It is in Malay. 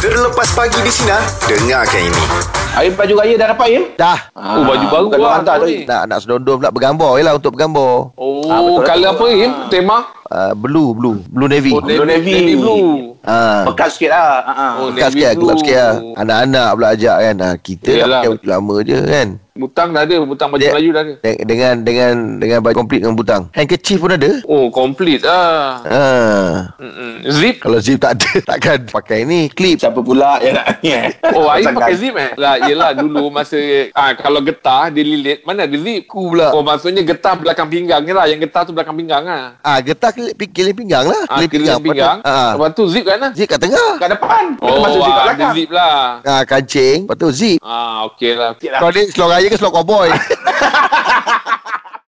Terlepas pagi di sini Dengarkan ini Air baju raya dah dapat ya? Dah. Ah, oh, baju baru Bukan lah, orang hantar tu. ni. Nak, nak sedondom pula bergambar je lah untuk bergambar. Oh, Ah, betul lah. kalau apa Im? Tema? Uh, blue, blue. Blue Navy. Oh, Navy. Navy. Navy Blue. Ah. Pekat sikit lah. Ha, ha. Oh, Bekas sikit lah, gelap sikit lah. Anak-anak pula ajak kan. Ah, kita Yalah. Yalah. dah pakai baju lama je kan. Butang dah ada, butang baju Dia- Melayu dah ada. De- Dengan dengan dengan baju komplit dengan butang. Handkerchief pun ada. Oh, complete ah. Ah. Mm-mm. Zip? Kalau zip tak ada, takkan pakai ni. Clip. Siapa pula yang nak ni eh? Oh, Aim Pasangkan. pakai zip eh? Lah, yelah dulu masa ah, kalau getah dia lilit, mana ada zip? Aku pula. Oh, maksudnya getah belakang pinggang je lah. Yang getah tu belakang pinggang lah. Ah, getah kelip, pi- kelip pinggang lah. Ah, kira pinggang. Ah, Lepas tu zip kan lah. zip kat tengah. Kat depan. Oh, masuk sikit kat ah, ada belakang. zip lah. Ah, kancing. Lepas tu zip. Ah, okey lah. Sikit lah. Kalau ni slow raya ke slow cowboy?